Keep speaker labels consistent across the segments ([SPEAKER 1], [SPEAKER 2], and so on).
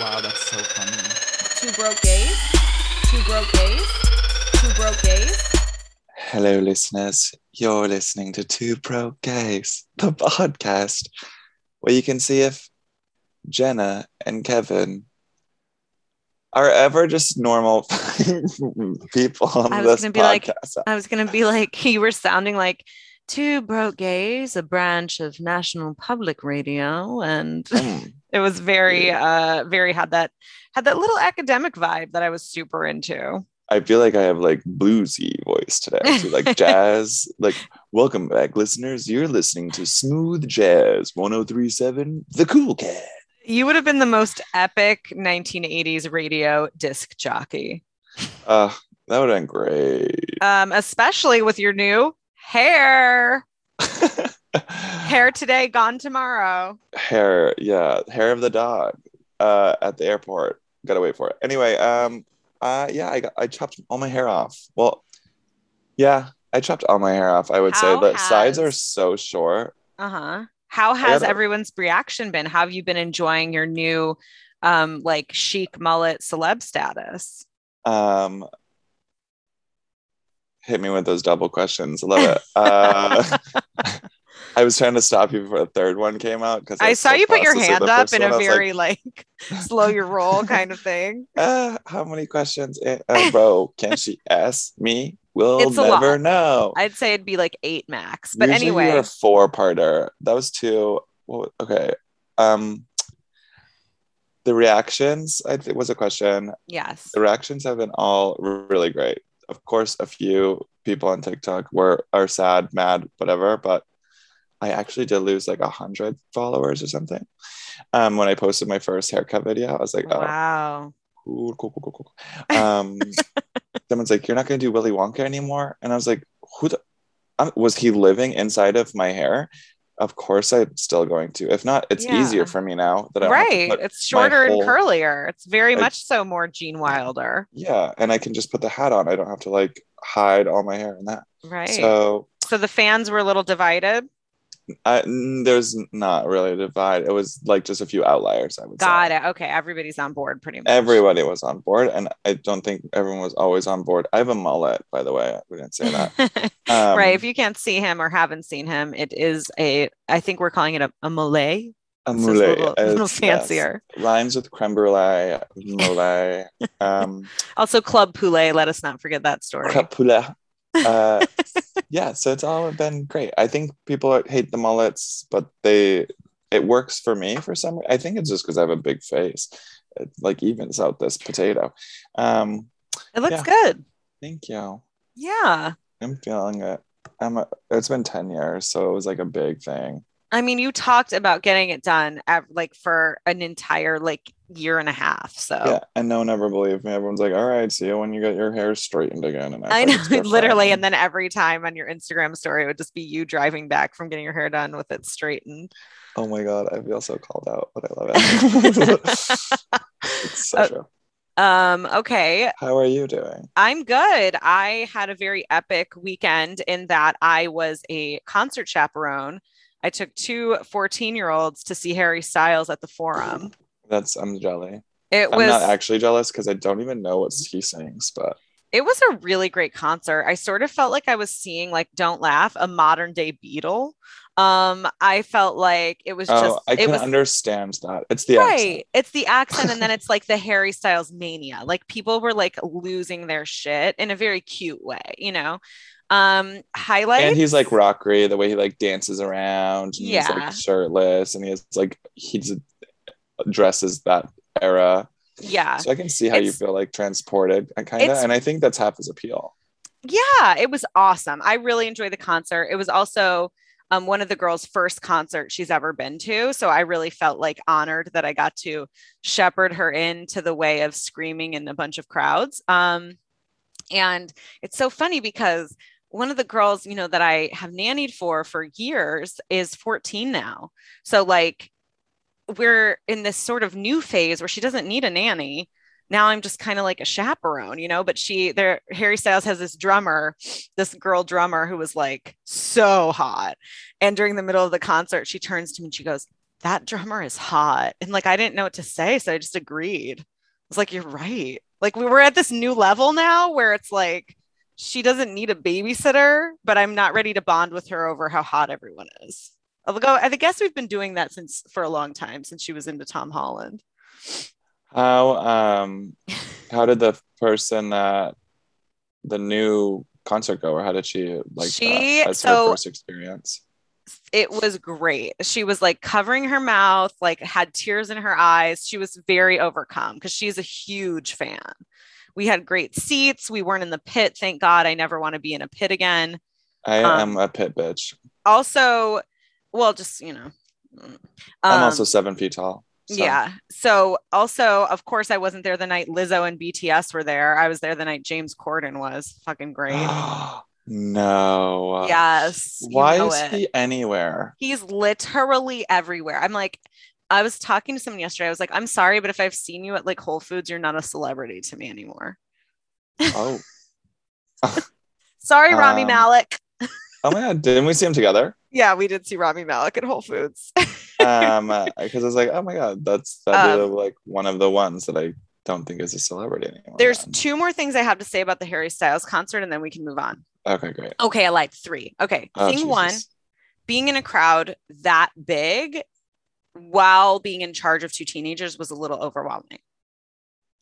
[SPEAKER 1] Wow, that's so funny.
[SPEAKER 2] Two broke gays. Two broke gays. Two broke gays.
[SPEAKER 3] Hello, listeners. You're listening to Two Pro Gays, the podcast where you can see if Jenna and Kevin are ever just normal people on
[SPEAKER 4] I was
[SPEAKER 3] this
[SPEAKER 4] gonna be like-
[SPEAKER 3] podcast.
[SPEAKER 4] I was gonna be like, you were sounding like two broke gays, a branch of National Public Radio, and
[SPEAKER 3] Mm.
[SPEAKER 4] it was very, uh, very had that had that little academic vibe that I was super into.
[SPEAKER 3] I feel like I have like bluesy voice today, too, like jazz. Like, welcome back, listeners. You're listening to Smooth Jazz 1037, The Cool Cat.
[SPEAKER 4] You would have been the most epic 1980s radio disc jockey,
[SPEAKER 3] Uh, that would have been great.
[SPEAKER 4] um, especially with your new hair. Hair today, gone tomorrow.
[SPEAKER 3] hair yeah hair of the dog uh at the airport gotta wait for it anyway um uh yeah i got i chopped all my hair off well yeah i chopped all my hair off i would
[SPEAKER 4] How
[SPEAKER 3] say the sides
[SPEAKER 4] has-
[SPEAKER 3] are so short
[SPEAKER 4] Uh huh. How has
[SPEAKER 3] gotta-
[SPEAKER 4] everyone's reaction been? How have you been enjoying your new, um, like chic mullet celeb status?
[SPEAKER 3] um hit me with those double questions i love it uh i was trying to stop you before the third one came out because
[SPEAKER 4] I, saw you put your hand up in a very like, slow your roll kind of thing.
[SPEAKER 3] uh, how many questions eh, uh, bro can she ask me we'll
[SPEAKER 4] It's a lot.
[SPEAKER 3] never know
[SPEAKER 4] I'd say it'd be like eight max. But
[SPEAKER 3] Usually
[SPEAKER 4] anyway,
[SPEAKER 3] you're a four-parter. That was two. What, wa- okay. Um, the reactions. I think was a question.
[SPEAKER 4] yes.
[SPEAKER 3] The reactions have been all r- really great. Of course, a few people on TikTok were are sad, mad, whatever. But I actually did lose like a hundred followers or something. Um, when I posted my first haircut video, I was like, oh,
[SPEAKER 4] Wow.
[SPEAKER 3] cool, cool, cool, cool, cool. Um, someone's like, "You're not gonna do Willy Wonka anymore," and I was like, "Who the, um, was he living inside of my hair?" Of course, I'm still going to. If not, it's
[SPEAKER 4] Yeah.
[SPEAKER 3] easier for me now that I don't have to
[SPEAKER 4] Right.
[SPEAKER 3] put-
[SPEAKER 4] It's shorter
[SPEAKER 3] uh, whole-
[SPEAKER 4] and curlier. It's very
[SPEAKER 3] I-
[SPEAKER 4] much so more Gene Wilder.
[SPEAKER 3] yeah, and I can just put the hat on. I don't have to like hide all my hair in that.
[SPEAKER 4] Right. So,
[SPEAKER 3] So
[SPEAKER 4] the fans were a little divided.
[SPEAKER 3] I, mm, there's not really a divide. It was like just a few outliers. I would say.
[SPEAKER 4] Got it. Okay. Everybody's on board pretty much.
[SPEAKER 3] Everybody was on board, and I don't think everyone was always on board. I have a mullet, by the way. We didn't say that. Um,
[SPEAKER 4] right. If you can't see him or haven't seen him, it is a, I think we're calling it a, a mullet.
[SPEAKER 3] a
[SPEAKER 4] So it's
[SPEAKER 3] mullet.
[SPEAKER 4] a little, a little
[SPEAKER 3] It's- Uh, yes.
[SPEAKER 4] fancier.
[SPEAKER 3] rhymes with creme brulee, mole, um,
[SPEAKER 4] Also, Club Poulet. Let us not forget that story.
[SPEAKER 3] crapula. Uh, yeah, so it's all been great. I think people hate the mullets, but they it works for me for some. I think it's just because I have a big face. It like evens out this potato. Um,
[SPEAKER 4] It looks
[SPEAKER 3] yeah.
[SPEAKER 4] good.
[SPEAKER 3] thank you.
[SPEAKER 4] Yeah.
[SPEAKER 3] I'm feeling it. I'm a, it's been ten years, so it was like a big thing.
[SPEAKER 4] I mean, you talked about getting it done at, like for an entire like year and a half. So
[SPEAKER 3] Yeah, and no one ever believed me. Everyone's like, "All right, see you when you get your hair straightened again." And
[SPEAKER 4] I
[SPEAKER 3] think
[SPEAKER 4] know
[SPEAKER 3] it's different.
[SPEAKER 4] literally. And then every time on your Instagram story, it would just be you driving back from getting your hair done with it straightened.
[SPEAKER 3] Oh my god, I feel so called out, but I love it. it's so
[SPEAKER 4] Uh,
[SPEAKER 3] true.
[SPEAKER 4] Um, okay.
[SPEAKER 3] How are you doing?
[SPEAKER 4] I'm good. I had a very epic weekend in that I was a concert chaperone. I took two 14 year olds to see Harry Styles at the Forum.
[SPEAKER 3] That's I'm jelly.
[SPEAKER 4] It
[SPEAKER 3] I'm not
[SPEAKER 4] was
[SPEAKER 3] actually jealous because I don't even know what he sings, but
[SPEAKER 4] it was a really great concert. I sort of felt like I was seeing like Don't Laugh, a modern day Beatle. Um, I felt like it was
[SPEAKER 3] oh,
[SPEAKER 4] just
[SPEAKER 3] I
[SPEAKER 4] it
[SPEAKER 3] can
[SPEAKER 4] was
[SPEAKER 3] understand that. It's the
[SPEAKER 4] right.
[SPEAKER 3] accent.
[SPEAKER 4] It's the accent, and then it's like the Harry Styles mania. Like people were like losing their shit in a very cute way, you know. Um, highlight
[SPEAKER 3] And he's like rockery, the way he like dances around. And He's
[SPEAKER 4] Yeah.
[SPEAKER 3] like shirtless, and he's like he's dresses that era.
[SPEAKER 4] yeah,
[SPEAKER 3] So I can see how you
[SPEAKER 4] It's-
[SPEAKER 3] feel like transported, kind of,
[SPEAKER 4] It's-
[SPEAKER 3] and I think that's half his appeal.
[SPEAKER 4] yeah, it was awesome. I really enjoyed the concert. It was also um, one of the girls' first concert she's ever been to. So I really felt like honored that I got to shepherd her into the way of screaming in a bunch of crowds. Um, and it's so funny because one of the girls, you know, that I have nannied for for years is 14 now. So like we're in this sort of new phase where she doesn't need a nanny. Now I'm just kind of like a chaperone, you know, but she there Harry Styles has this drummer, this girl drummer who was like so hot. And during the middle of the concert, she turns to me and she goes, that drummer is hot. And like, I didn't know what to say. So I just agreed. I was like, you're right. Like, we were at this new level now where it's like, she doesn't need a babysitter, but I'm not ready to bond with her over how hot everyone is. Although I guess we've been doing that since for a long time since she was into Tom Holland.
[SPEAKER 3] How um how did the person that the new concert goer, how did she like
[SPEAKER 4] She-
[SPEAKER 3] that as
[SPEAKER 4] so-
[SPEAKER 3] her first experience?
[SPEAKER 4] It was great. She was like covering her mouth, like had tears in her eyes. She was very overcome because she's a huge fan. We had great seats. We weren't in the pit. Thank God. I never want to be in a pit again.
[SPEAKER 3] I
[SPEAKER 4] Um,
[SPEAKER 3] am a pit bitch.
[SPEAKER 4] Also, well, just, you know. mm.
[SPEAKER 3] I'm
[SPEAKER 4] Um,
[SPEAKER 3] also seven feet tall. so-
[SPEAKER 4] Yeah. So also, of course, I wasn't there the night Lizzo and BTS were there. I was there the night James Corden was. Fucking great.
[SPEAKER 3] no.
[SPEAKER 4] yes. you
[SPEAKER 3] Why
[SPEAKER 4] know
[SPEAKER 3] is
[SPEAKER 4] it.
[SPEAKER 3] he anywhere?
[SPEAKER 4] He's literally everywhere. I'm like, I was talking to someone yesterday. I was like, I'm sorry, but if I've seen you at like Whole Foods, you're not a celebrity to me anymore.
[SPEAKER 3] Oh,
[SPEAKER 4] Sorry, Rami
[SPEAKER 3] Um,
[SPEAKER 4] Malik.
[SPEAKER 3] oh my god! Didn't we see him together?
[SPEAKER 4] Yeah, we did see Rami Malik at Whole Foods.
[SPEAKER 3] Um, because I was like, oh my god, that's that'd be
[SPEAKER 4] Um,
[SPEAKER 3] like one of the ones that I don't think is a celebrity anymore.
[SPEAKER 4] There's
[SPEAKER 3] then.
[SPEAKER 4] two more things I have to say about the Harry Styles concert, and then we can move on.
[SPEAKER 3] Okay, great.
[SPEAKER 4] Okay, I lied. Three. Okay,
[SPEAKER 3] Oh,
[SPEAKER 4] thing one.
[SPEAKER 3] Jesus.
[SPEAKER 4] being in a crowd that big while being in charge of two teenagers was a little overwhelming.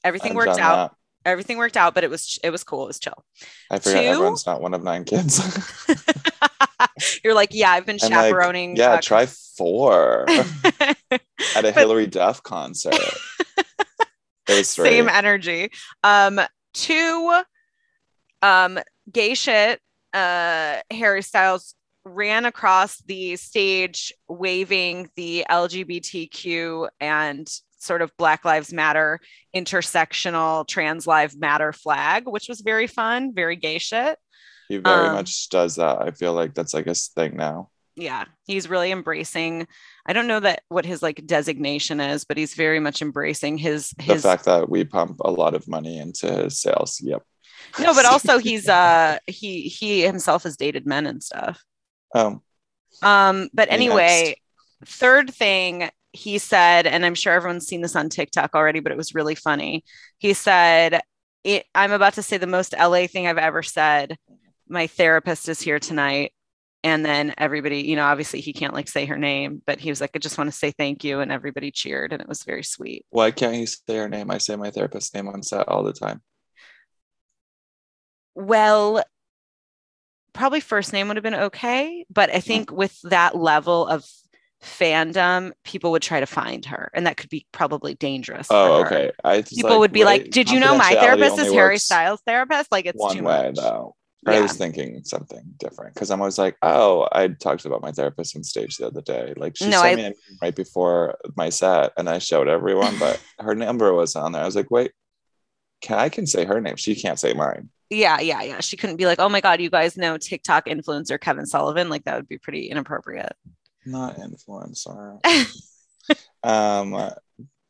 [SPEAKER 4] Everything
[SPEAKER 3] I've
[SPEAKER 4] worked
[SPEAKER 3] done
[SPEAKER 4] out.
[SPEAKER 3] that.
[SPEAKER 4] Everything worked out, but it was it was cool. It was chill.
[SPEAKER 3] I forgot
[SPEAKER 4] Two-
[SPEAKER 3] everyone's not one of nine kids.
[SPEAKER 4] You're like, yeah, I've been
[SPEAKER 3] I'm like,
[SPEAKER 4] chaperoning.
[SPEAKER 3] yeah,
[SPEAKER 4] uh,
[SPEAKER 3] try four at a
[SPEAKER 4] But-
[SPEAKER 3] Hillary Duff concert. it was three.
[SPEAKER 4] same energy. Um, two, um, gay shit. Uh, Harry Styles ran across the stage waving the LGBTQ and sort of Black Lives Matter intersectional trans lives matter flag, which was very fun, very gay shit.
[SPEAKER 3] he very
[SPEAKER 4] um,
[SPEAKER 3] much does that. I feel like that's like his thing now.
[SPEAKER 4] Yeah, he's really embracing. I don't know that what his like designation is, but he's very much embracing his
[SPEAKER 3] The
[SPEAKER 4] his
[SPEAKER 3] fact that we pump a lot of money into his sales. Yep.
[SPEAKER 4] no but also he's uh he he himself has dated men and stuff
[SPEAKER 3] Um,
[SPEAKER 4] um but
[SPEAKER 3] Me
[SPEAKER 4] anyway third thing he said and i'm sure everyone's seen this on tiktok already but it was really funny he said it, i'm about to say the most la thing i've ever said my therapist is here tonight and then everybody you know obviously he can't like say her name but he was like i just want to say thank you and everybody cheered and it was very sweet
[SPEAKER 3] why can't you say her name? I say my therapist's name on set all the time.
[SPEAKER 4] Well, probably first name would have been okay, but I
[SPEAKER 3] Mm-hmm.
[SPEAKER 4] think with that level of fandom, people would try to find her, and that could be probably dangerous. for
[SPEAKER 3] Oh,
[SPEAKER 4] her.
[SPEAKER 3] okay. I just,
[SPEAKER 4] People would be like,
[SPEAKER 3] wait,
[SPEAKER 4] "Did you know my
[SPEAKER 3] confidentiality
[SPEAKER 4] therapist
[SPEAKER 3] only
[SPEAKER 4] is Harry
[SPEAKER 3] works
[SPEAKER 4] Styles' therapist?" Like, it's
[SPEAKER 3] One
[SPEAKER 4] too
[SPEAKER 3] way
[SPEAKER 4] much.
[SPEAKER 3] though. Or I
[SPEAKER 4] Yeah.
[SPEAKER 3] was thinking something different because I'm always like, oh, I talked about my therapist on stage the other day. Like she
[SPEAKER 4] No,
[SPEAKER 3] sent
[SPEAKER 4] I-
[SPEAKER 3] me a meme right before my set, and I showed everyone, but her number was on there. I was like, wait, can I can say her name? She can't say mine.
[SPEAKER 4] Yeah, yeah, yeah. She couldn't be like, "Oh my God, you guys know TikTok influencer Kevin Sullivan?" Like, that would be pretty inappropriate.
[SPEAKER 3] Not influencer. um,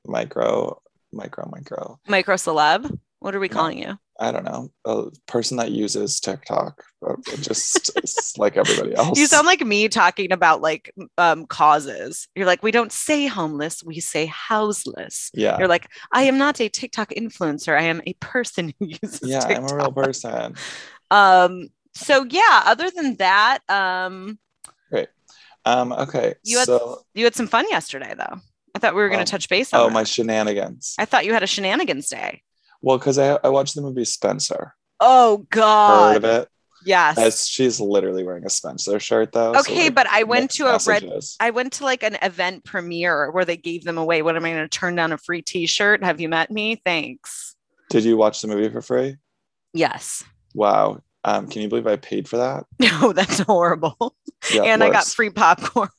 [SPEAKER 3] micro, micro, micro.
[SPEAKER 4] Micro celeb. What are we
[SPEAKER 3] No.
[SPEAKER 4] calling you?
[SPEAKER 3] I don't know, a person that uses TikTok, uh, just s- like everybody else.
[SPEAKER 4] You sound like me talking about like um, causes. You're like, we don't say homeless, we say houseless.
[SPEAKER 3] yeah,
[SPEAKER 4] You're like, I am not a TikTok influencer. I am a person who uses
[SPEAKER 3] yeah, I'm
[SPEAKER 4] TikTok.
[SPEAKER 3] a real person.
[SPEAKER 4] um, so yeah, other than that, um,
[SPEAKER 3] Um, okay,
[SPEAKER 4] You had-
[SPEAKER 3] so
[SPEAKER 4] you had some fun yesterday though. I thought we were going
[SPEAKER 3] Oh.
[SPEAKER 4] to touch base on.
[SPEAKER 3] oh
[SPEAKER 4] that.
[SPEAKER 3] my shenanigans.
[SPEAKER 4] I thought you had a shenanigans day.
[SPEAKER 3] Well, because I I watched the movie Spencer.
[SPEAKER 4] Oh
[SPEAKER 3] Heard
[SPEAKER 4] God.
[SPEAKER 3] of it?
[SPEAKER 4] Yes.
[SPEAKER 3] As she's literally wearing a Spencer shirt though. so,
[SPEAKER 4] okay,
[SPEAKER 3] like,
[SPEAKER 4] but I went
[SPEAKER 3] mixed
[SPEAKER 4] to a red
[SPEAKER 3] messages.
[SPEAKER 4] I went to like an event premiere where they gave them away. What am I going to turn down a free T-shirt? Have you met me? Thanks.
[SPEAKER 3] Did you watch the movie for free?
[SPEAKER 4] Yes.
[SPEAKER 3] Wow. Um, can you believe I paid for that?
[SPEAKER 4] No, that's horrible.
[SPEAKER 3] Yeah,
[SPEAKER 4] and I got
[SPEAKER 3] worse.
[SPEAKER 4] free popcorn.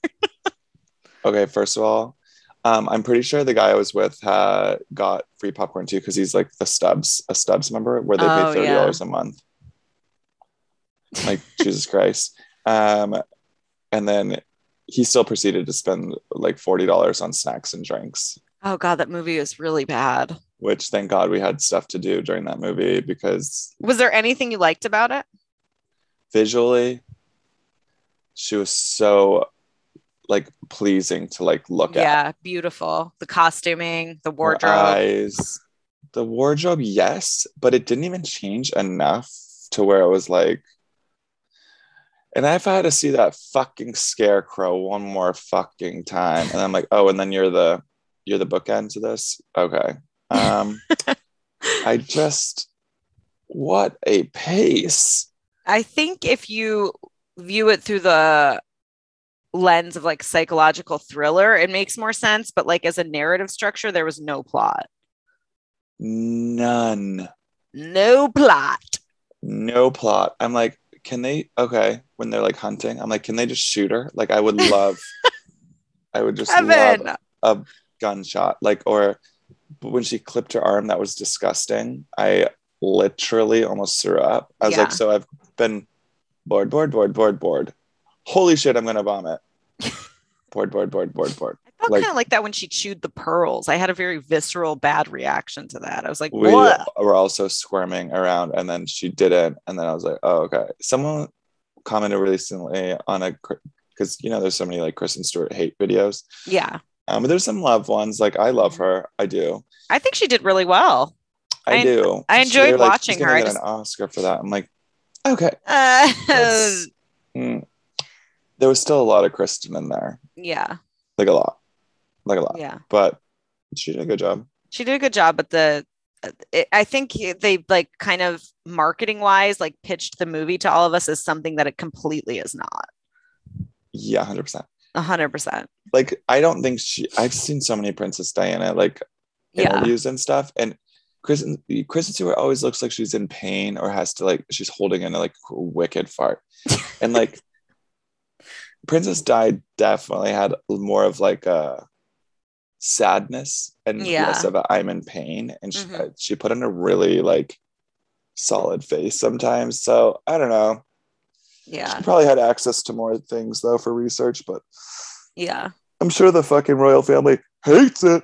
[SPEAKER 3] Okay, first of all, um, I'm pretty sure the guy I was with uh, got free popcorn too because he's like the Stubbs, a Stubbs member where they
[SPEAKER 4] Oh,
[SPEAKER 3] pay thirty dollars a month. Like Jesus Christ! Um, and then he still proceeded to spend like forty dollars on snacks and drinks,
[SPEAKER 4] Oh God, that movie was really bad.
[SPEAKER 3] which thank God we had stuff to do during that movie because
[SPEAKER 4] Was there anything you liked about it?
[SPEAKER 3] visually, she was so like pleasing to like look at.
[SPEAKER 4] yeah, beautiful. The costuming, the
[SPEAKER 3] Her
[SPEAKER 4] wardrobe.
[SPEAKER 3] eyes. The wardrobe, yes, but it didn't even change enough to where it was like. And if I had to see that fucking scarecrow one more fucking time, and I'm like, oh, and then you're the you're the bookend to this, okay? Um, I just what a pace.
[SPEAKER 4] I think if you view it through the lens of like psychological thriller, it makes more sense. But like as a narrative structure, there was no plot.
[SPEAKER 3] None.
[SPEAKER 4] No plot.
[SPEAKER 3] No plot. I'm like, can they? Okay, when they're like hunting, I'm like, can they just shoot her? Like, I would love, I would just
[SPEAKER 4] Evan.
[SPEAKER 3] love gunshot. Like, or but when she clipped her arm, that was disgusting. I literally almost threw up. I was
[SPEAKER 4] Yeah.
[SPEAKER 3] like, so I've been bored, bored, bored, bored, bored. Holy shit, I'm gonna vomit. bored, bored, bored, bored, bored.
[SPEAKER 4] I felt
[SPEAKER 3] like-
[SPEAKER 4] kind of like that when she chewed the pearls. I had a very visceral bad reaction to that. I was like,
[SPEAKER 3] we
[SPEAKER 4] what?
[SPEAKER 3] were also squirming around and then she didn't and then i was like oh okay someone commented recently on a because you know there's so many like kristen stewart hate videos
[SPEAKER 4] Yeah.
[SPEAKER 3] um but there's some love ones like i love her i do
[SPEAKER 4] I think she did really well.
[SPEAKER 3] i,
[SPEAKER 4] I-
[SPEAKER 3] do
[SPEAKER 4] I enjoyed
[SPEAKER 3] They're like,
[SPEAKER 4] watching
[SPEAKER 3] she's gonna
[SPEAKER 4] her. I
[SPEAKER 3] get
[SPEAKER 4] just-
[SPEAKER 3] an oscar for that i'm like okay
[SPEAKER 4] Uh,
[SPEAKER 3] Yes. Mm. there was still a lot of kristen in there
[SPEAKER 4] yeah.
[SPEAKER 3] like a lot like a lot
[SPEAKER 4] Yeah.
[SPEAKER 3] but she did a good job
[SPEAKER 4] she did a good job but the it, i think they like kind of marketing wise like pitched the movie to all of us as something that it completely is not
[SPEAKER 3] yeah 100%
[SPEAKER 4] 100%
[SPEAKER 3] like i don't think she i've seen so many princess diana like
[SPEAKER 4] yeah
[SPEAKER 3] interviews and stuff. And Kristen, Kristen Stewart always looks like she's in pain or has to like she's holding in a like wicked fart. And like Princess Di definitely had more of like a sadness and
[SPEAKER 4] Yeah.
[SPEAKER 3] less of a I'm in pain. And she,
[SPEAKER 4] Mhm.
[SPEAKER 3] she put in a really like solid face sometimes. So I don't know.
[SPEAKER 4] yeah
[SPEAKER 3] She probably had access to more things though for research, but
[SPEAKER 4] yeah
[SPEAKER 3] I'm sure the fucking royal family hates it.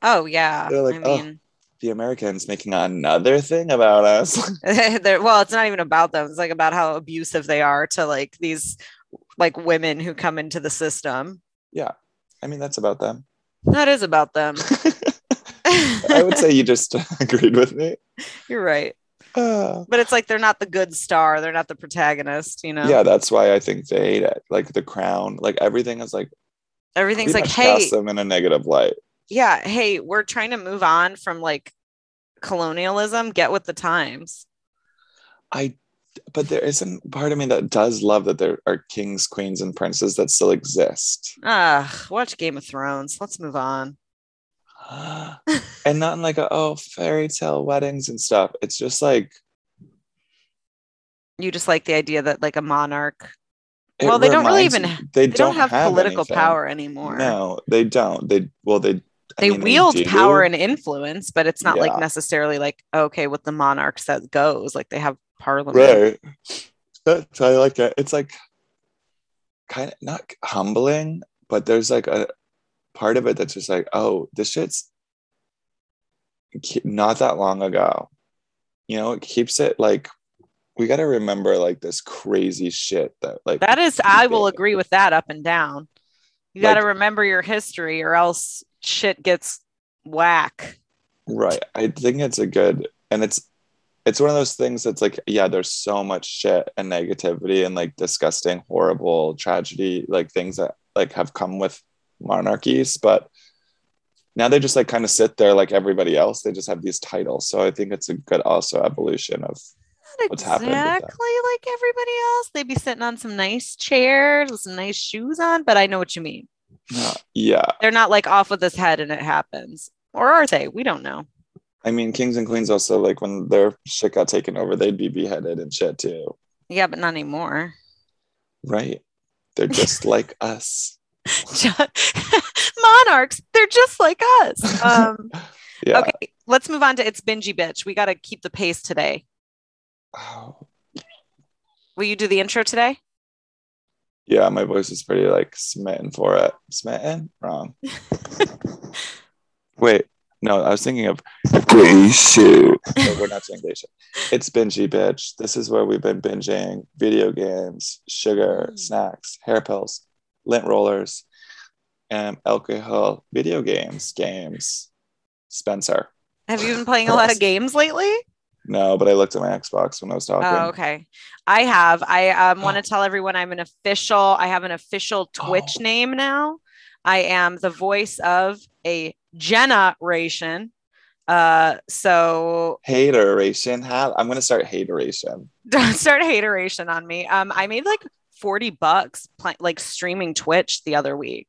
[SPEAKER 4] oh yeah
[SPEAKER 3] They're like,
[SPEAKER 4] i
[SPEAKER 3] "Oh."
[SPEAKER 4] mean
[SPEAKER 3] The Americans making another thing about us.
[SPEAKER 4] they're well it's not even about them it's like about how abusive they are to like these like women who come into the system
[SPEAKER 3] I mean, that's about them.
[SPEAKER 4] that is about them
[SPEAKER 3] I would say you just agreed with me.
[SPEAKER 4] you're right
[SPEAKER 3] Uh,
[SPEAKER 4] but it's like they're not the good star they're not the protagonist you know
[SPEAKER 3] Yeah, that's why I think they hate it. Like the crown, like everything is like
[SPEAKER 4] everything's
[SPEAKER 3] pretty
[SPEAKER 4] like
[SPEAKER 3] much
[SPEAKER 4] hey
[SPEAKER 3] cast them in a negative light.
[SPEAKER 4] yeah, hey, we're trying to move on from like colonialism, get with the times.
[SPEAKER 3] I, but there isn't part of me that does love that there are kings, queens, and princes that still exist,
[SPEAKER 4] Ugh, watch Game of Thrones. Let's move on.
[SPEAKER 3] and not in like a oh fairy tale weddings and stuff. It's just like
[SPEAKER 4] You just like the idea that like a monarch,
[SPEAKER 3] it
[SPEAKER 4] Well, they don't really
[SPEAKER 3] reminds
[SPEAKER 4] even-
[SPEAKER 3] me- they,
[SPEAKER 4] they don't, have, political
[SPEAKER 3] anything.
[SPEAKER 4] power anymore.
[SPEAKER 3] No, they don't. They well they I
[SPEAKER 4] they
[SPEAKER 3] mean,
[SPEAKER 4] wield
[SPEAKER 3] do.
[SPEAKER 4] power and influence, but it's not
[SPEAKER 3] Yeah.
[SPEAKER 4] like necessarily like okay, what the monarch says goes. Like they have parliament.
[SPEAKER 3] Right. That's I like it. It's like kind of not humbling, but there's like a part of it that's just like, oh, this shit's ke- not that long ago. You know, it keeps it like we got to remember like this crazy shit that like
[SPEAKER 4] That is, I will
[SPEAKER 3] Yeah.
[SPEAKER 4] agree with that up and down. You
[SPEAKER 3] Like-
[SPEAKER 4] got to remember your history, or else shit gets whack.
[SPEAKER 3] right. I think it's a good and it's it's one of those things that's like, yeah, there's so much shit and negativity and like disgusting, horrible tragedy, like things that like have come with monarchies, but now they just like kind of sit there like everybody else. They just have these titles. So I think it's a good also evolution of
[SPEAKER 4] Not
[SPEAKER 3] what's
[SPEAKER 4] exactly
[SPEAKER 3] happened with them.
[SPEAKER 4] like everybody else. They'd be sitting on some nice chairs with some nice shoes on, but I know what you mean.
[SPEAKER 3] yeah.
[SPEAKER 4] They're not like off with his head and it happens. Or are they? We don't know.
[SPEAKER 3] I mean kings and queens also like when their shit got taken over, they'd be beheaded and shit too.
[SPEAKER 4] Yeah, but not anymore.
[SPEAKER 3] Right. They're just like us.
[SPEAKER 4] Monarchs, they're just like us. Um,
[SPEAKER 3] Yeah.
[SPEAKER 4] Okay, let's move on to It's Bingy Bitch. We got to keep the pace today.
[SPEAKER 3] Oh.
[SPEAKER 4] Will you do the intro today?
[SPEAKER 3] Yeah, my voice is pretty like smitten for it. Smitten? Wrong. Wait, no, I was thinking of gay shit. No, we're not doing gay shit. It's bingey, bitch. This is where we've been binging video games, sugar,
[SPEAKER 4] Mm.
[SPEAKER 3] snacks, hair pills, lint rollers, um, alcohol, video games, games. Spencer.
[SPEAKER 4] Have you been playing a lot of games lately?
[SPEAKER 3] No, but I looked at my Xbox when I was talking.
[SPEAKER 4] Oh, okay. I have. I um, want to tell everyone I'm an official. I have an official Twitch
[SPEAKER 3] Oh.
[SPEAKER 4] name now. I am the voice of a generation. Uh, so
[SPEAKER 3] Hateration. How I'm gonna start hateration.
[SPEAKER 4] don't start hateration on me. Um, I made like 40 bucks pl- like streaming Twitch the other week.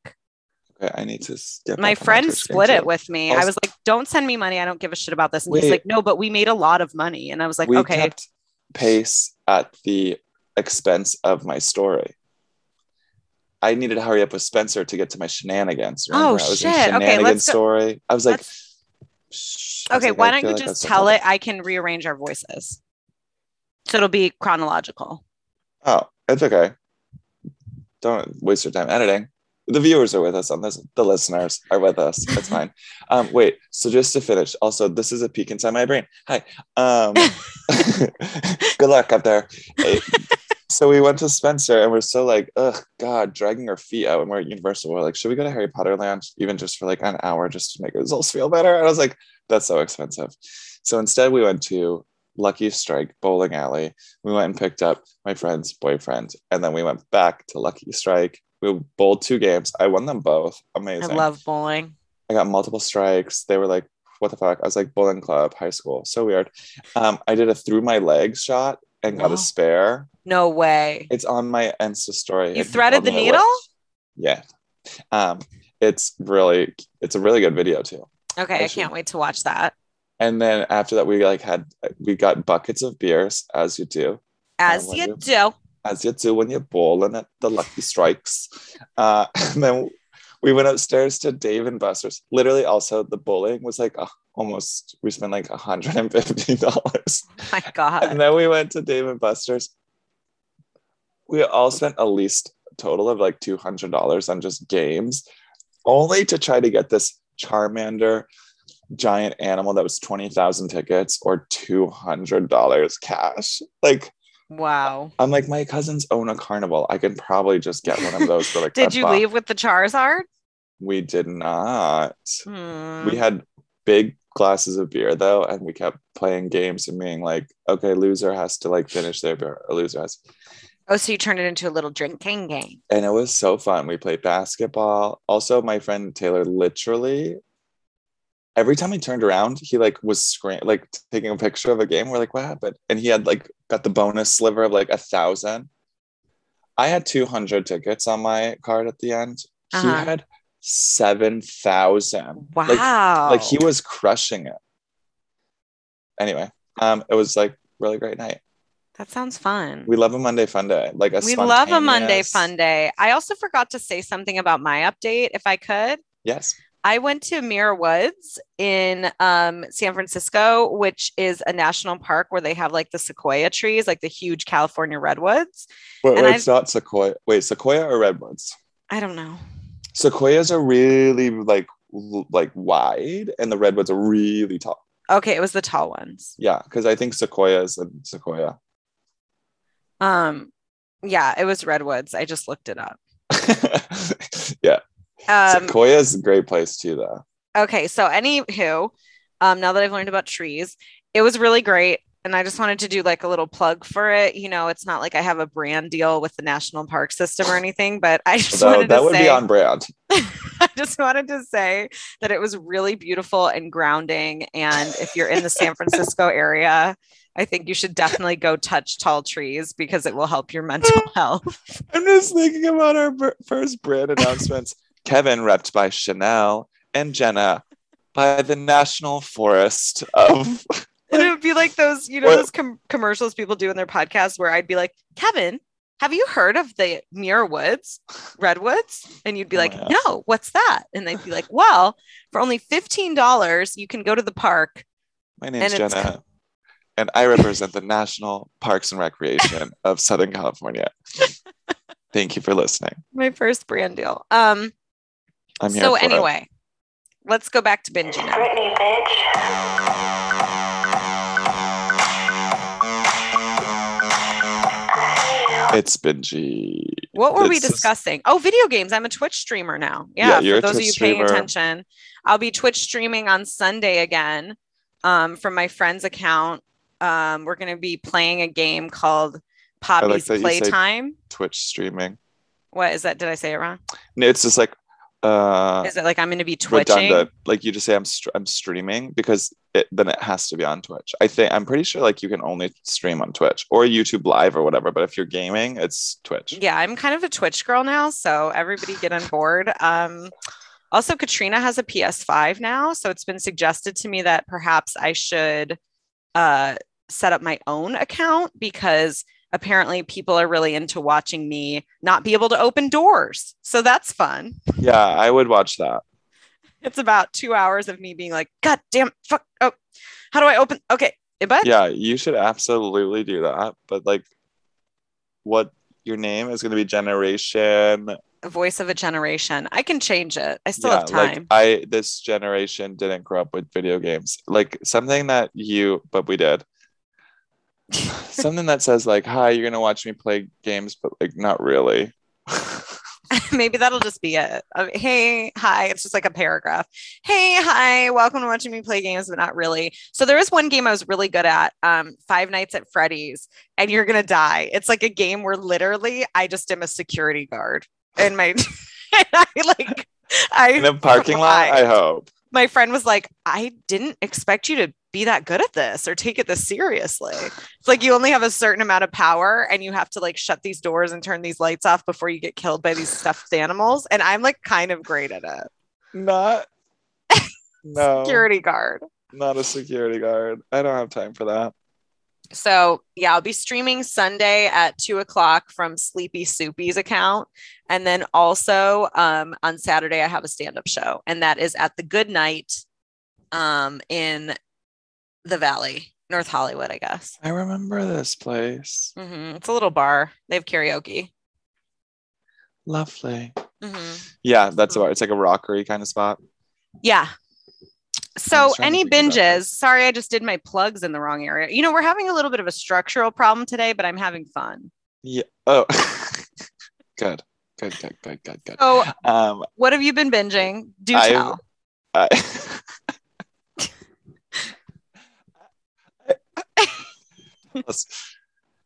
[SPEAKER 3] Okay, I need to step
[SPEAKER 4] My
[SPEAKER 3] up on
[SPEAKER 4] friend
[SPEAKER 3] Twitch
[SPEAKER 4] split
[SPEAKER 3] game
[SPEAKER 4] it
[SPEAKER 3] too.
[SPEAKER 4] with me. I
[SPEAKER 3] Also-
[SPEAKER 4] was like, don't send me money. I don't give a shit about this. And he's
[SPEAKER 3] Wait.
[SPEAKER 4] like, no, but we made a lot of money. And I was like,
[SPEAKER 3] we
[SPEAKER 4] okay.
[SPEAKER 3] kept pace at the expense of my story. I needed to hurry up with Spencer to get to my shenanigans. Remember?
[SPEAKER 4] Oh,
[SPEAKER 3] I was in
[SPEAKER 4] shit. Okay, let's
[SPEAKER 3] shenanigans
[SPEAKER 4] go-
[SPEAKER 3] story. I was like,
[SPEAKER 4] Let's-
[SPEAKER 3] shh. I was
[SPEAKER 4] okay,
[SPEAKER 3] like, I
[SPEAKER 4] why don't
[SPEAKER 3] feel
[SPEAKER 4] you
[SPEAKER 3] like I
[SPEAKER 4] just
[SPEAKER 3] was
[SPEAKER 4] tell
[SPEAKER 3] talking-
[SPEAKER 4] it? I can rearrange our voices. So it'll be chronological.
[SPEAKER 3] Oh, it's okay. Don't waste your time editing. The viewers are with us on this. The listeners are with us. That's fine. Um, wait. So just to finish, also, this is a peek inside my brain. Hi. Um, good luck up there. Hey. So we went to Spencer and we're so like, ugh, God, dragging our feet out. And we're at Universal. We're like, should we go to Harry Potter Land even just for like an hour just to make ourselves feel better? And I was like, that's so expensive. So instead, we went to Lucky Strike Bowling Alley. We went and picked up my friend's boyfriend. And then we went back to Lucky Strike. We bowled two games. I won them both. Amazing.
[SPEAKER 4] I love bowling.
[SPEAKER 3] I got multiple strikes. They were like, what the fuck? I was like, bowling club, high school. So weird. Um, I did a through my legs shot and got
[SPEAKER 4] Wow.
[SPEAKER 3] a spare.
[SPEAKER 4] No way.
[SPEAKER 3] It's on my Insta story.
[SPEAKER 4] You
[SPEAKER 3] It's
[SPEAKER 4] threaded
[SPEAKER 3] on
[SPEAKER 4] the
[SPEAKER 3] my
[SPEAKER 4] needle?
[SPEAKER 3] webs- Yeah. Um, it's really it's a really good video too.
[SPEAKER 4] Okay, I
[SPEAKER 3] Actually-
[SPEAKER 4] can't wait to watch that.
[SPEAKER 3] And then after that we like had we got buckets of beers as you do.
[SPEAKER 4] As
[SPEAKER 3] will
[SPEAKER 4] you
[SPEAKER 3] you?
[SPEAKER 4] do.
[SPEAKER 3] as you do when you're bowling at the Lucky Strikes. Uh, and then we went upstairs to Dave and Buster's. Literally, also the bowling was like uh, almost we spent like hundred and fifty dollars.
[SPEAKER 4] My God.
[SPEAKER 3] And then we went to Dave and Buster's. We all spent at least total of like two hundred dollars on just games, only to try to get this Charmander giant animal that was twenty thousand tickets or two hundred dollars cash. Like
[SPEAKER 4] Wow.
[SPEAKER 3] I'm like, my cousins own a carnival. I could probably just get one of those for like.
[SPEAKER 4] Did
[SPEAKER 3] a
[SPEAKER 4] you
[SPEAKER 3] buck."
[SPEAKER 4] leave with the Charizard?
[SPEAKER 3] We did not.
[SPEAKER 4] Hmm.
[SPEAKER 3] We had big glasses of beer though, and we kept playing games and being like, okay, loser has to like finish their beer. or Loser has,
[SPEAKER 4] Oh, so you turned it into a little drinking game.
[SPEAKER 3] and it was so fun. We played basketball. Also, my friend Taylor literally. Every time I turned around, he like was scream like taking a picture of a game. We're like, what happened? And he had like got the bonus sliver of like a thousand. I had two hundred tickets on my card at the end.
[SPEAKER 4] Uh-huh.
[SPEAKER 3] He had seven thousand.
[SPEAKER 4] Wow.
[SPEAKER 3] Um, Like he was crushing it. Anyway, um, it was like really great night.
[SPEAKER 4] that sounds fun.
[SPEAKER 3] We love a Monday fun day. Like a
[SPEAKER 4] we love a Monday
[SPEAKER 3] spontaneous-
[SPEAKER 4] fun day. I also forgot to say something about my update, if I could.
[SPEAKER 3] Yes.
[SPEAKER 4] I went to Mirror Woods in um, San Francisco, which is a national park where they have like the sequoia trees, like the huge California redwoods.
[SPEAKER 3] Wait,
[SPEAKER 4] And
[SPEAKER 3] wait
[SPEAKER 4] I've-
[SPEAKER 3] it's not sequoia. Wait, sequoia or redwoods?
[SPEAKER 4] I don't know.
[SPEAKER 3] Sequoias are really like l- like wide, and the redwoods are really tall.
[SPEAKER 4] Okay, it was the tall ones.
[SPEAKER 3] Yeah, because I think sequoias and sequoia.
[SPEAKER 4] Um, yeah, it was redwoods. I just looked it up.
[SPEAKER 3] yeah,
[SPEAKER 4] Um,
[SPEAKER 3] sequoia is a great place too, though.
[SPEAKER 4] okay, so anywho, um, now that I've learned about trees, it was really great. And I just wanted to do like a little plug for it. You know, it's not like I have a brand deal with the national park system or anything, but I just
[SPEAKER 3] So
[SPEAKER 4] wanted
[SPEAKER 3] that
[SPEAKER 4] to
[SPEAKER 3] would
[SPEAKER 4] say
[SPEAKER 3] be on brand.
[SPEAKER 4] I just wanted to say that it was really beautiful and grounding. And if you're in the San Francisco area, I think you should definitely go touch tall trees because it will help your mental health.
[SPEAKER 3] I'm just thinking about our br- first brand announcements. Kevin repped by Chanel and Jenna by the National Forest of
[SPEAKER 4] And it would be like those, you know,
[SPEAKER 3] Well-
[SPEAKER 4] those com- commercials people do in their podcasts where I'd be like, Kevin, have you heard of the Muir Woods, Redwoods? And you'd be
[SPEAKER 3] Oh
[SPEAKER 4] like,
[SPEAKER 3] my gosh.
[SPEAKER 4] no, what's that? And they'd be like, well, for only $15, you can go to the park.
[SPEAKER 3] My name's
[SPEAKER 4] And it's-
[SPEAKER 3] Jenna, and I represent the National Parks and Recreation of Southern California. Thank you for listening.
[SPEAKER 4] My first brand deal. Um,
[SPEAKER 3] I'm here.
[SPEAKER 4] so
[SPEAKER 3] for it.
[SPEAKER 4] anyway, let's go back to binging. now.
[SPEAKER 1] Britney, bitch. I hate you.
[SPEAKER 3] It's Benji.
[SPEAKER 4] What were we
[SPEAKER 3] It's just-
[SPEAKER 4] discussing? Oh, video games. I'm a Twitch streamer now.
[SPEAKER 3] Yeah,
[SPEAKER 4] Yeah,
[SPEAKER 3] you're a
[SPEAKER 4] for those of
[SPEAKER 3] Twitch
[SPEAKER 4] you paying
[SPEAKER 3] streamer.
[SPEAKER 4] attention, I'll be Twitch streaming on Sunday again um, from my friend's account. Um, we're going to be playing a game called Poppy's
[SPEAKER 3] that you say-
[SPEAKER 4] Playtime.
[SPEAKER 3] Twitch streaming.
[SPEAKER 4] What is that? Did I say it wrong?
[SPEAKER 3] No, it's just like uh
[SPEAKER 4] Is it like I'm going to be twitching?
[SPEAKER 3] redundant. Like you just say I'm str- I'm streaming because it, then it has to be on Twitch. I think I'm pretty sure like you can only stream on Twitch or YouTube Live or whatever. But if you're gaming, it's Twitch.
[SPEAKER 4] Yeah, I'm kind of a Twitch girl now, so everybody get on board. Um, also, Katrina has a PS5 now, so it's been suggested to me that perhaps I should uh, set up my own account because apparently people are really into watching me not be able to open doors. So that's fun.
[SPEAKER 3] Yeah, I would watch that.
[SPEAKER 4] It's about two hours of me being like, God damn, fuck, oh, how do I open? Okay, but
[SPEAKER 3] Yeah, you should absolutely do that. But like, what your name is going to be Generation
[SPEAKER 4] voice of a generation. I can change it. I still have time.
[SPEAKER 3] Like I this generation didn't grow up with video games. Like something that you but we did. something that says like, hi, you're gonna watch me play games, but like not really.
[SPEAKER 4] Maybe that'll just be it. Uh, hey, hi. It's just like a paragraph. Hey, hi. Welcome to watching me play games, but not really. So there was one game I was really good at, um, Five Nights at Freddy's, and you're gonna die. It's like a game where literally I just am a security guard, and my and I like
[SPEAKER 3] In
[SPEAKER 4] I
[SPEAKER 3] a parking lot, I hope.
[SPEAKER 4] my friend was like, I didn't expect you to be that good at this or take it this seriously. It's like you only have a certain amount of power and you have to like shut these doors and turn these lights off before you get killed by these stuffed animals. And I'm like kind of great at it.
[SPEAKER 3] Not no
[SPEAKER 4] Security guard.
[SPEAKER 3] not a security guard. I don't have time for that.
[SPEAKER 4] So yeah, I'll be streaming Sunday at two o'clock from Sleepy Soupy's account. And then also um, on Saturday, I have a stand-up show, and that is at the Good Night um, in the Valley, North Hollywood, I guess.
[SPEAKER 3] I remember this place.
[SPEAKER 4] hmm It's a little bar. They have karaoke.
[SPEAKER 3] Lovely.
[SPEAKER 4] hmm
[SPEAKER 3] Yeah, that's about it's like a rockery kind of spot.
[SPEAKER 4] Yeah. So,
[SPEAKER 3] just trying to
[SPEAKER 4] any
[SPEAKER 3] think about
[SPEAKER 4] binges? Sorry, I just did my plugs in the wrong area. You know, we're having a little bit of a structural problem today, but I'm having fun.
[SPEAKER 3] Oh good. Good, good, good, good, good.
[SPEAKER 4] So,
[SPEAKER 3] Um
[SPEAKER 4] what have you been binging? Do
[SPEAKER 3] I've-
[SPEAKER 4] tell.
[SPEAKER 3] I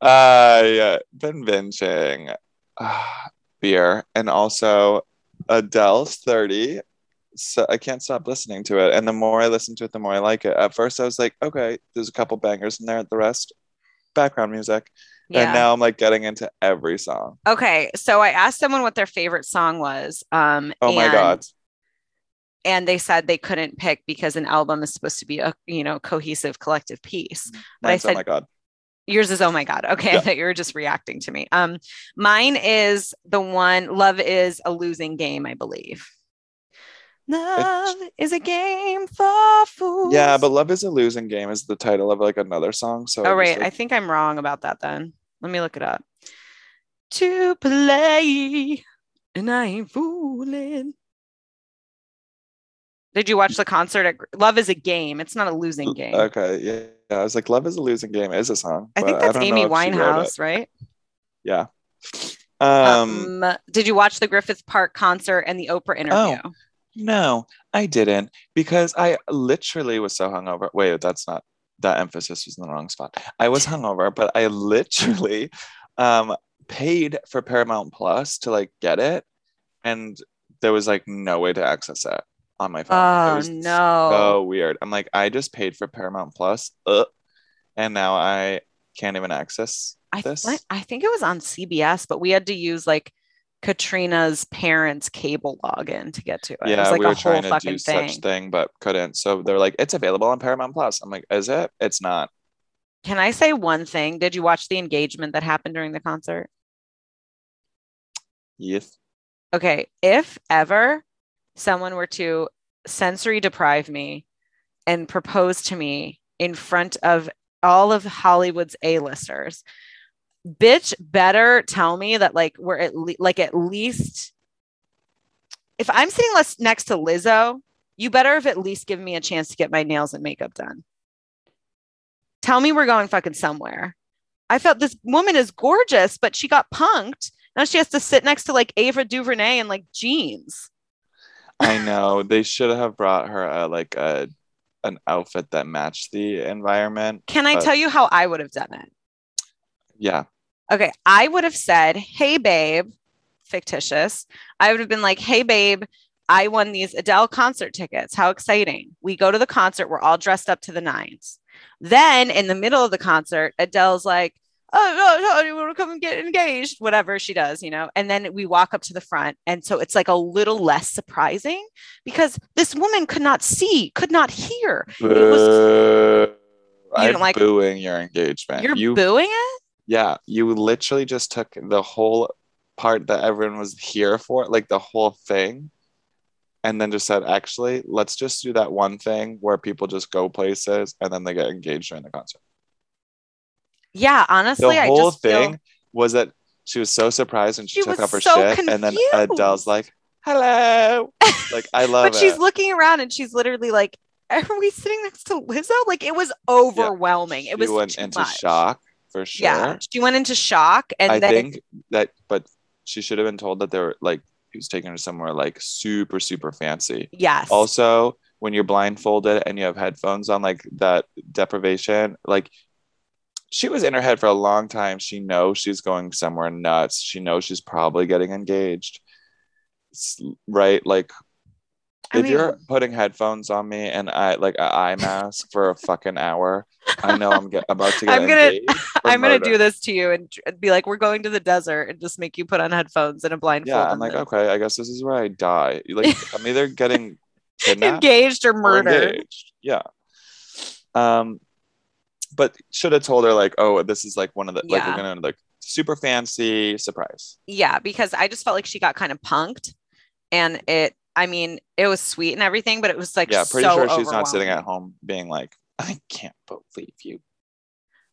[SPEAKER 3] I uh, been binging uh, beer and also Adele's 30. So I can't stop listening to it. And the more I listen to it, the more I like it. At first, I was like, okay, there's a couple bangers in there. The rest, background music. And now I'm like getting into every song.
[SPEAKER 4] okay. So, I asked someone what their favorite song was. Um,
[SPEAKER 3] Oh my
[SPEAKER 4] and-
[SPEAKER 3] God.
[SPEAKER 4] And they said they couldn't pick because an album is supposed to be a you know cohesive collective piece. but I
[SPEAKER 3] Mine's, oh
[SPEAKER 4] said-
[SPEAKER 3] my God.
[SPEAKER 4] Yours is oh my god. Okay,
[SPEAKER 3] Yeah.
[SPEAKER 4] I thought you were just reacting to me. Um, mine is the one. Love is a losing game, I believe. Love is a game for fools.
[SPEAKER 3] Yeah, but Love is a Losing Game is the title of like another song. So it
[SPEAKER 4] oh
[SPEAKER 3] was,
[SPEAKER 4] right,
[SPEAKER 3] like,
[SPEAKER 4] I think I'm wrong about that. Then let me look it up. To play, and I ain't fooling. Did you watch the concert at Gr- Love is a game? It's not a losing game.
[SPEAKER 3] Okay, yeah, yeah. I was like, "Love is a losing game" is a song.
[SPEAKER 4] I
[SPEAKER 3] but
[SPEAKER 4] think that's
[SPEAKER 3] don't
[SPEAKER 4] Amy
[SPEAKER 3] know if she wrote it.
[SPEAKER 4] Winehouse, right?
[SPEAKER 3] Yeah. Um,
[SPEAKER 4] Um, did you watch the Griffith Park concert and the Oprah interview?
[SPEAKER 3] Oh. no, I didn't because I literally was so hungover. Wait, that's not that emphasis was in the wrong spot. I was hungover, but I literally um paid for Paramount Plus to like get it, and there was like no way to access it on my phone. It
[SPEAKER 4] Oh
[SPEAKER 3] was
[SPEAKER 4] no.
[SPEAKER 3] so weird. I'm like, I just paid for Paramount Plus, uh, and now I can't even access
[SPEAKER 4] I,
[SPEAKER 3] this.
[SPEAKER 4] thi- I think it was on CBS, but we had to use like Katrina's parents' cable login to get to it. it
[SPEAKER 3] yeah,
[SPEAKER 4] was like
[SPEAKER 3] we
[SPEAKER 4] a
[SPEAKER 3] were
[SPEAKER 4] whole
[SPEAKER 3] trying to
[SPEAKER 4] fucking
[SPEAKER 3] do
[SPEAKER 4] thing.
[SPEAKER 3] such thing, but couldn't. So they're like, it's available on Paramount Plus. I'm like, is it? It's not.
[SPEAKER 4] Can I say one thing? Did you watch the engagement that happened during the concert?
[SPEAKER 3] Yes.
[SPEAKER 4] Okay, if ever someone were to sensory deprive me and propose to me in front of all of Hollywood's A-listers, bitch, better tell me that like we're at le- like at least if I'm sitting less next to Lizzo, you better have at least given me a chance to get my nails and makeup done. Tell me we're going fucking somewhere. I felt this woman is gorgeous, but she got punked. Now she has to sit next to like Ava DuVernay in like jeans.
[SPEAKER 3] I know they should have brought her a, like a an outfit that matched the environment.
[SPEAKER 4] Can I
[SPEAKER 3] But-
[SPEAKER 4] tell you how I would have done it?
[SPEAKER 3] Yeah,
[SPEAKER 4] Okay, I would have said, "Hey babe," fictitious. I would have been like, "Hey babe, I won these Adele concert tickets. How exciting. We go to the concert, we're all dressed up to the nines." Then in the middle of the concert, Adele's like, "Oh, no, no, you want to come and get engaged?" whatever she does, you know. And then we walk up to the front, and so it's like a little less surprising because this woman could not see, could not hear. was-
[SPEAKER 3] Boo.
[SPEAKER 4] You
[SPEAKER 3] I'm
[SPEAKER 4] don't like-
[SPEAKER 3] booing your engagement.
[SPEAKER 4] You're
[SPEAKER 3] Uh, you
[SPEAKER 4] booing it?
[SPEAKER 3] yeah, you literally just took the whole part that everyone was here for, like the whole thing, and then just said, actually, let's just do that one thing where people just go places and then they get engaged during the concert.
[SPEAKER 4] Yeah, honestly,
[SPEAKER 3] the
[SPEAKER 4] I
[SPEAKER 3] whole
[SPEAKER 4] just feel-
[SPEAKER 3] thing was that she was so surprised and she,
[SPEAKER 4] She
[SPEAKER 3] took
[SPEAKER 4] was
[SPEAKER 3] off her
[SPEAKER 4] so
[SPEAKER 3] shit, and then Adele's
[SPEAKER 4] confused.
[SPEAKER 3] like, "Hello," like I love
[SPEAKER 4] but she's
[SPEAKER 3] it.
[SPEAKER 4] looking around and she's literally like, "Are we sitting next to Lizzo?" Like it was overwhelming.
[SPEAKER 3] she
[SPEAKER 4] it was
[SPEAKER 3] went
[SPEAKER 4] too
[SPEAKER 3] into
[SPEAKER 4] much.
[SPEAKER 3] shock for sure.
[SPEAKER 4] Yeah, she went into shock, and
[SPEAKER 3] I
[SPEAKER 4] then
[SPEAKER 3] think that, but she should have been told that they were like he was taking her somewhere like super super fancy.
[SPEAKER 4] yes,
[SPEAKER 3] Also, when you're blindfolded and you have headphones on, like that deprivation, like she was in her head for a long time. She knows she's going somewhere nuts. She knows she's probably getting engaged. S- Right? Like
[SPEAKER 4] I
[SPEAKER 3] if
[SPEAKER 4] mean-
[SPEAKER 3] you're putting headphones on me and I like an eye mask for a fucking hour, I know I'm get, about to get
[SPEAKER 4] I'm gonna-
[SPEAKER 3] engaged or
[SPEAKER 4] I'm gonna
[SPEAKER 3] murdered.
[SPEAKER 4] do this to you and tr- be like, "We're going to the desert," and just make you put on headphones and a blindfold.
[SPEAKER 3] Yeah, I'm
[SPEAKER 4] and
[SPEAKER 3] like,
[SPEAKER 4] then
[SPEAKER 3] okay, I guess this is where I die. Like, I'm either getting kidnapped
[SPEAKER 4] engaged or
[SPEAKER 3] or
[SPEAKER 4] murdered.
[SPEAKER 3] engaged. Yeah. Um, but should have told her like, oh, this is like one of the like
[SPEAKER 4] Yeah.
[SPEAKER 3] we're gonna like super fancy surprise.
[SPEAKER 4] Yeah, because I just felt like she got kind of punked, and it. I mean, it was sweet and everything, but it was like
[SPEAKER 3] yeah, pretty
[SPEAKER 4] so
[SPEAKER 3] sure she's not sitting
[SPEAKER 4] overwhelming.
[SPEAKER 3] at home being like, I can't believe you,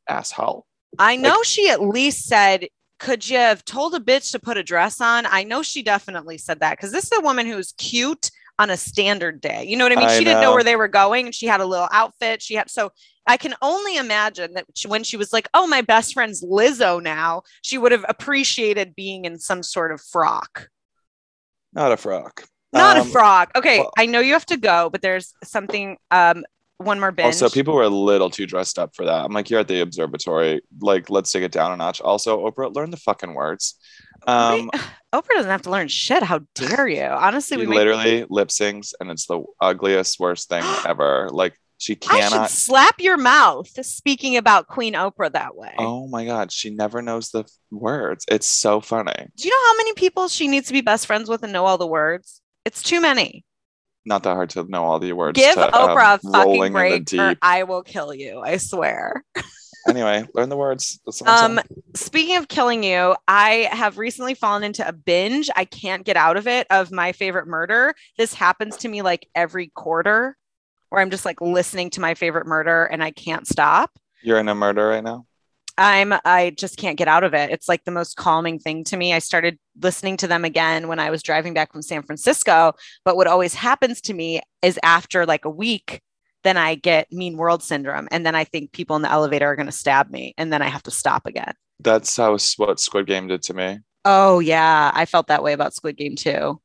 [SPEAKER 3] asshole.
[SPEAKER 4] I know she at least said, Could you have told a bitch to put a dress on? I know she definitely said that because this is a woman who's cute on a standard day. You know what I mean?
[SPEAKER 3] I
[SPEAKER 4] she didn't know
[SPEAKER 3] know.
[SPEAKER 4] where they were going and she had a little outfit. She had so I can only imagine that she, when she was like, Oh, my best friend's Lizzo now, she would have appreciated being in some sort of frock.
[SPEAKER 3] Not a frog.
[SPEAKER 4] Not
[SPEAKER 3] Um,
[SPEAKER 4] a frock. Okay.
[SPEAKER 3] well-
[SPEAKER 4] I know you have to go, but there's something, um, one more binge.
[SPEAKER 3] Also, people were a little too dressed up for that. I'm like, you're at the observatory. Like, let's take it down a notch. Also, Oprah, learn the fucking words. Um,
[SPEAKER 4] Oprah doesn't have to learn shit. How dare you? Honestly, we
[SPEAKER 3] She
[SPEAKER 4] make
[SPEAKER 3] literally lip syncs, and it's the ugliest, worst thing ever. Like she
[SPEAKER 4] I should
[SPEAKER 3] cannot.
[SPEAKER 4] slap your mouth speaking about Queen Oprah that way.
[SPEAKER 3] Oh my god, she never knows the f- words. It's so funny.
[SPEAKER 4] Do you know how many people she needs to be best friends with and know all the words? It's too many.
[SPEAKER 3] Not that hard to know all the words.
[SPEAKER 4] Give
[SPEAKER 3] to,
[SPEAKER 4] Oprah
[SPEAKER 3] um,
[SPEAKER 4] a fucking
[SPEAKER 3] rolling in
[SPEAKER 4] break
[SPEAKER 3] the
[SPEAKER 4] or
[SPEAKER 3] deep.
[SPEAKER 4] I will kill you. I swear.
[SPEAKER 3] anyway, learn the words. That's what I'm
[SPEAKER 4] Um,
[SPEAKER 3] saying.
[SPEAKER 4] speaking of killing you, I have recently fallen into a binge. I can't get out of it of my favorite murder. This happens to me like every quarter where I'm just like listening to my favorite murder and I can't stop.
[SPEAKER 3] You're in a murder right now.
[SPEAKER 4] I'm I just can't get out of it. It's like the most calming thing to me. I started listening to them again when I was driving back from San Francisco, but what always happens to me is after like a week then I get mean world syndrome and then I think people in the elevator are going to stab me and then I have to stop again.
[SPEAKER 3] That's how s- what Squid Game did to me. Um,
[SPEAKER 4] Oh yeah, I felt that way about Squid Game too.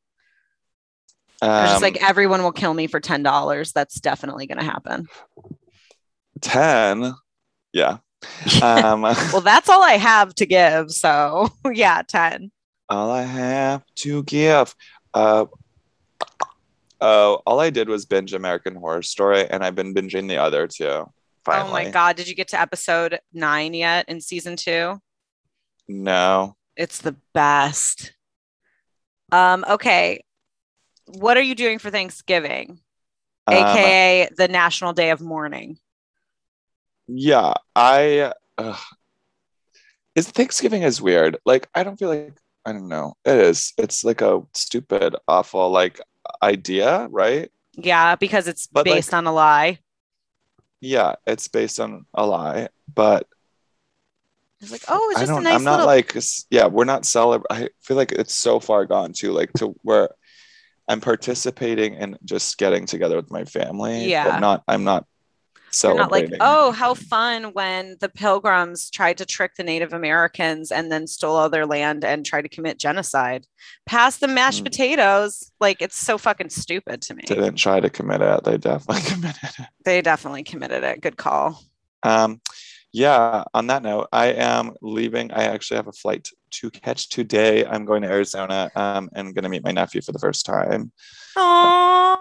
[SPEAKER 4] I
[SPEAKER 3] Um,
[SPEAKER 4] was just like everyone will kill me for $10. That's definitely going to happen.
[SPEAKER 3] ten. Yeah. Um,
[SPEAKER 4] Well, that's all I have to give, so yeah, 10.
[SPEAKER 3] all I have to give. Uh, oh, all I did was binge American Horror Story, and I've been binging the other two. Finally.
[SPEAKER 4] Oh my god, did you get to episode 9 yet in season 2?
[SPEAKER 3] No.
[SPEAKER 4] It's the best. Um, okay. What are you doing for Thanksgiving?
[SPEAKER 3] Um,
[SPEAKER 4] AKA the National Day of Mourning.
[SPEAKER 3] yeah, I. ugh. Is Thanksgiving is weird. Like I don't feel like I don't know. It is. It's like a stupid, awful like idea, right?
[SPEAKER 4] Yeah, because it's
[SPEAKER 3] But, like-
[SPEAKER 4] based on a lie.
[SPEAKER 3] Yeah, it's based on a lie, but
[SPEAKER 4] It's like, oh, it's
[SPEAKER 3] I
[SPEAKER 4] just a
[SPEAKER 3] don't.
[SPEAKER 4] nice
[SPEAKER 3] I'm not
[SPEAKER 4] little
[SPEAKER 3] like. s- Yeah, we're not celebrating. I feel like it's so far gone too. Like to where I'm participating in just getting together with my family.
[SPEAKER 4] Yeah.
[SPEAKER 3] But not. I'm not
[SPEAKER 4] You're not like,
[SPEAKER 3] celebrating.
[SPEAKER 4] oh, how fun when the pilgrims tried to trick the Native Americans and then stole all their land and tried to commit genocide. Pass the mashed
[SPEAKER 3] Mm.
[SPEAKER 4] potatoes. Like, it's so fucking stupid to me.
[SPEAKER 3] They didn't try to commit it. They definitely committed it.
[SPEAKER 4] They definitely committed it. Good call.
[SPEAKER 3] Um, yeah, on that note, I am leaving. I actually have a flight to catch today. I'm going to Arizona um, and going to meet my nephew for the first time.
[SPEAKER 4] Aww.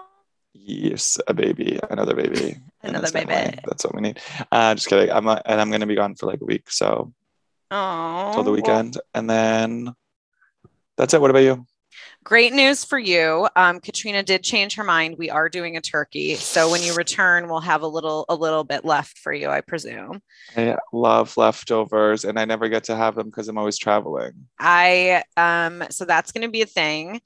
[SPEAKER 3] Yes, a baby, another baby. and
[SPEAKER 4] Another
[SPEAKER 3] his family.
[SPEAKER 4] baby.
[SPEAKER 3] That's what we need. Uh, just kidding. I'm uh, and I'm going to be gone for like a week. So
[SPEAKER 4] Aww.
[SPEAKER 3] till the weekend. And then that's it. What about you?
[SPEAKER 4] Great news for you. Um, Katrina did change her mind. We are doing a turkey. So when you return, we'll have a little a little bit left for you, I presume.
[SPEAKER 3] I love leftovers and I never get to have them because I'm always traveling.
[SPEAKER 4] I um so that's going to be a thing.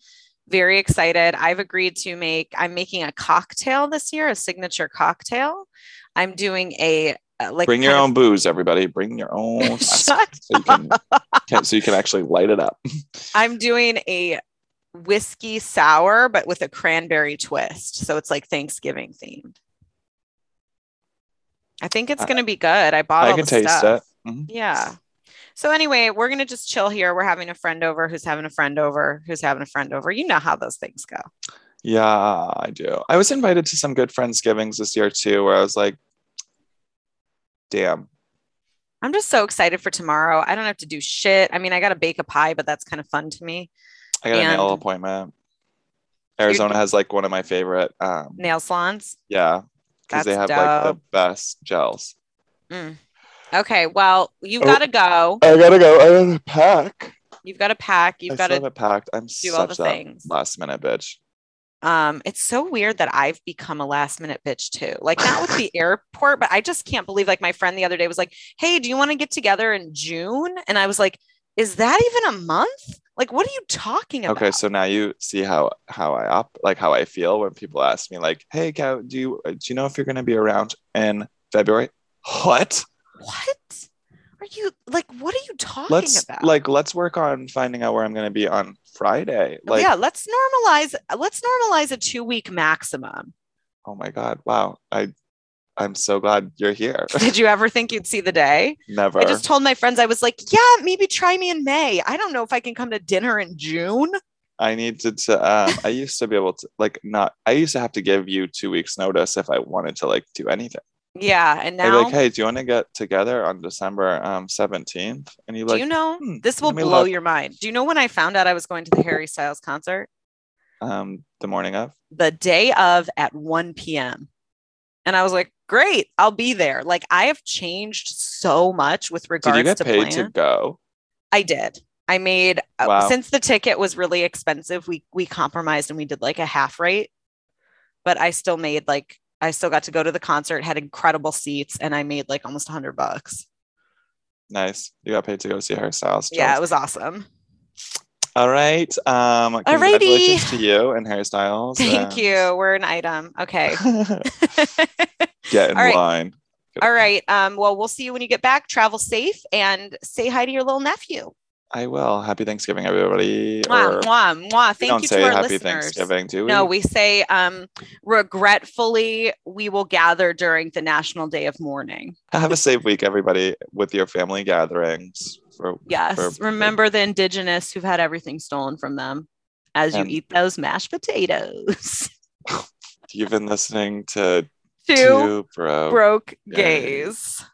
[SPEAKER 4] Very excited. I've agreed to make I'm making a cocktail this year, a signature cocktail. I'm doing a uh, like
[SPEAKER 3] Bring your
[SPEAKER 4] kind
[SPEAKER 3] own booze, everybody. Bring your own.
[SPEAKER 4] of- Shut-
[SPEAKER 3] so, you can, can- so you can actually light it up.
[SPEAKER 4] I'm doing a whiskey sour but with a cranberry twist. So it's like Thanksgiving themed. I think it's
[SPEAKER 3] I-
[SPEAKER 4] going to be good. I bought
[SPEAKER 3] Uh, I
[SPEAKER 4] all
[SPEAKER 3] can
[SPEAKER 4] the
[SPEAKER 3] taste
[SPEAKER 4] stuff.
[SPEAKER 3] it. Mhm.
[SPEAKER 4] Yeah. So anyway, we're gonna just chill here. We're having a friend over who's having a friend over who's having a friend over. You know how those things go.
[SPEAKER 3] Yeah, I do. I was invited to some good Friendsgivings this year too, where I was like, damn.
[SPEAKER 4] I'm just so excited for tomorrow. I don't have to do shit. I mean, I gotta bake a pie, but that's kind of fun to me.
[SPEAKER 3] I got a nail
[SPEAKER 4] And-
[SPEAKER 3] appointment. Arizona has like one of my favorite. Um,
[SPEAKER 4] Nail salons.
[SPEAKER 3] yeah, because they have
[SPEAKER 4] That's
[SPEAKER 3] like the
[SPEAKER 4] dope.
[SPEAKER 3] best gels.
[SPEAKER 4] Okay, well, you've
[SPEAKER 3] Oh.
[SPEAKER 4] gotta go.
[SPEAKER 3] I gotta go. I gotta pack.
[SPEAKER 4] You've gotta pack. You've
[SPEAKER 3] I
[SPEAKER 4] gotta
[SPEAKER 3] still have it packed. I'm
[SPEAKER 4] do all the
[SPEAKER 3] such that
[SPEAKER 4] things.
[SPEAKER 3] last minute bitch.
[SPEAKER 4] Um, it's so weird that I've become a last minute bitch too. Like not with the airport, but I just can't believe like my friend the other day was like, "Hey, do you want to get together in June?" And I was like, "Is that even a month? Like what are you talking about?"
[SPEAKER 3] Okay, so now you see how how I op like how I feel when people ask me like, "Hey, Cow, do you uh, do you know if you're gonna be around in February?" What?
[SPEAKER 4] What? Are you like what are you talking
[SPEAKER 3] Let's
[SPEAKER 4] about?
[SPEAKER 3] like let's work on finding out where I'm gonna be on Friday. Like,
[SPEAKER 4] Oh, yeah, let's normalize let's normalize a 2 week maximum.
[SPEAKER 3] oh my god, wow! I I'm so glad you're here.
[SPEAKER 4] Did you ever think you'd see the day?
[SPEAKER 3] Never.
[SPEAKER 4] I just told my friends I was like, "Yeah, maybe try me in May. I don't know if I can come to dinner in June."
[SPEAKER 3] I needed to. Um, I used to be able to like not. I used to have to give you two weeks notice if I wanted to like do anything.
[SPEAKER 4] Yeah, and
[SPEAKER 3] I'd be
[SPEAKER 4] now
[SPEAKER 3] like, hey, do you want to get together on December um seventeenth? And you
[SPEAKER 4] Do
[SPEAKER 3] like,
[SPEAKER 4] you know
[SPEAKER 3] "Hmm,
[SPEAKER 4] this will
[SPEAKER 3] let me
[SPEAKER 4] blow
[SPEAKER 3] look."
[SPEAKER 4] your mind? Do you know when I found out I was going to the Harry Styles concert?
[SPEAKER 3] um, the morning of.
[SPEAKER 4] The day of at 1 p.m. And I was like, great, I'll be there. Like I have changed so much with
[SPEAKER 3] Did
[SPEAKER 4] regards
[SPEAKER 3] you get
[SPEAKER 4] to
[SPEAKER 3] paid
[SPEAKER 4] plan.
[SPEAKER 3] to go?
[SPEAKER 4] I did. I made uh,
[SPEAKER 3] Wow.
[SPEAKER 4] since the ticket was really expensive, we we compromised and we did like a half rate. But I still made like I still got to go to the concert, had incredible seats, and I made like almost 100 bucks.
[SPEAKER 3] Nice. You got paid to go see hairstyles.
[SPEAKER 4] Yeah, it was awesome.
[SPEAKER 3] All right. Um, congratulations to you and um, hairstyles.
[SPEAKER 4] Thank you. We're an item. Okay.
[SPEAKER 3] get in
[SPEAKER 4] All right.
[SPEAKER 3] line.
[SPEAKER 4] All right. Um, well, we'll see you when you get back. Travel safe and say hi to your little nephew.
[SPEAKER 3] I will. Happy Thanksgiving, everybody. Or-
[SPEAKER 4] Mwah, mwah, mwah.
[SPEAKER 3] we
[SPEAKER 4] Thank
[SPEAKER 3] don't
[SPEAKER 4] you
[SPEAKER 3] say
[SPEAKER 4] to our
[SPEAKER 3] happy
[SPEAKER 4] listeners.
[SPEAKER 3] Thanksgiving, do we?
[SPEAKER 4] No, we say um, regretfully, we will gather during the National Day of Mourning.
[SPEAKER 3] Have a safe week, everybody, with your family gatherings. For,
[SPEAKER 4] Yes.
[SPEAKER 3] Verb.
[SPEAKER 4] Remember the indigenous who've had everything stolen from them as
[SPEAKER 3] And-
[SPEAKER 4] you eat those mashed potatoes.
[SPEAKER 3] you've been listening to
[SPEAKER 4] Two
[SPEAKER 3] Two Bro
[SPEAKER 4] broke
[SPEAKER 3] Gays.
[SPEAKER 4] gays.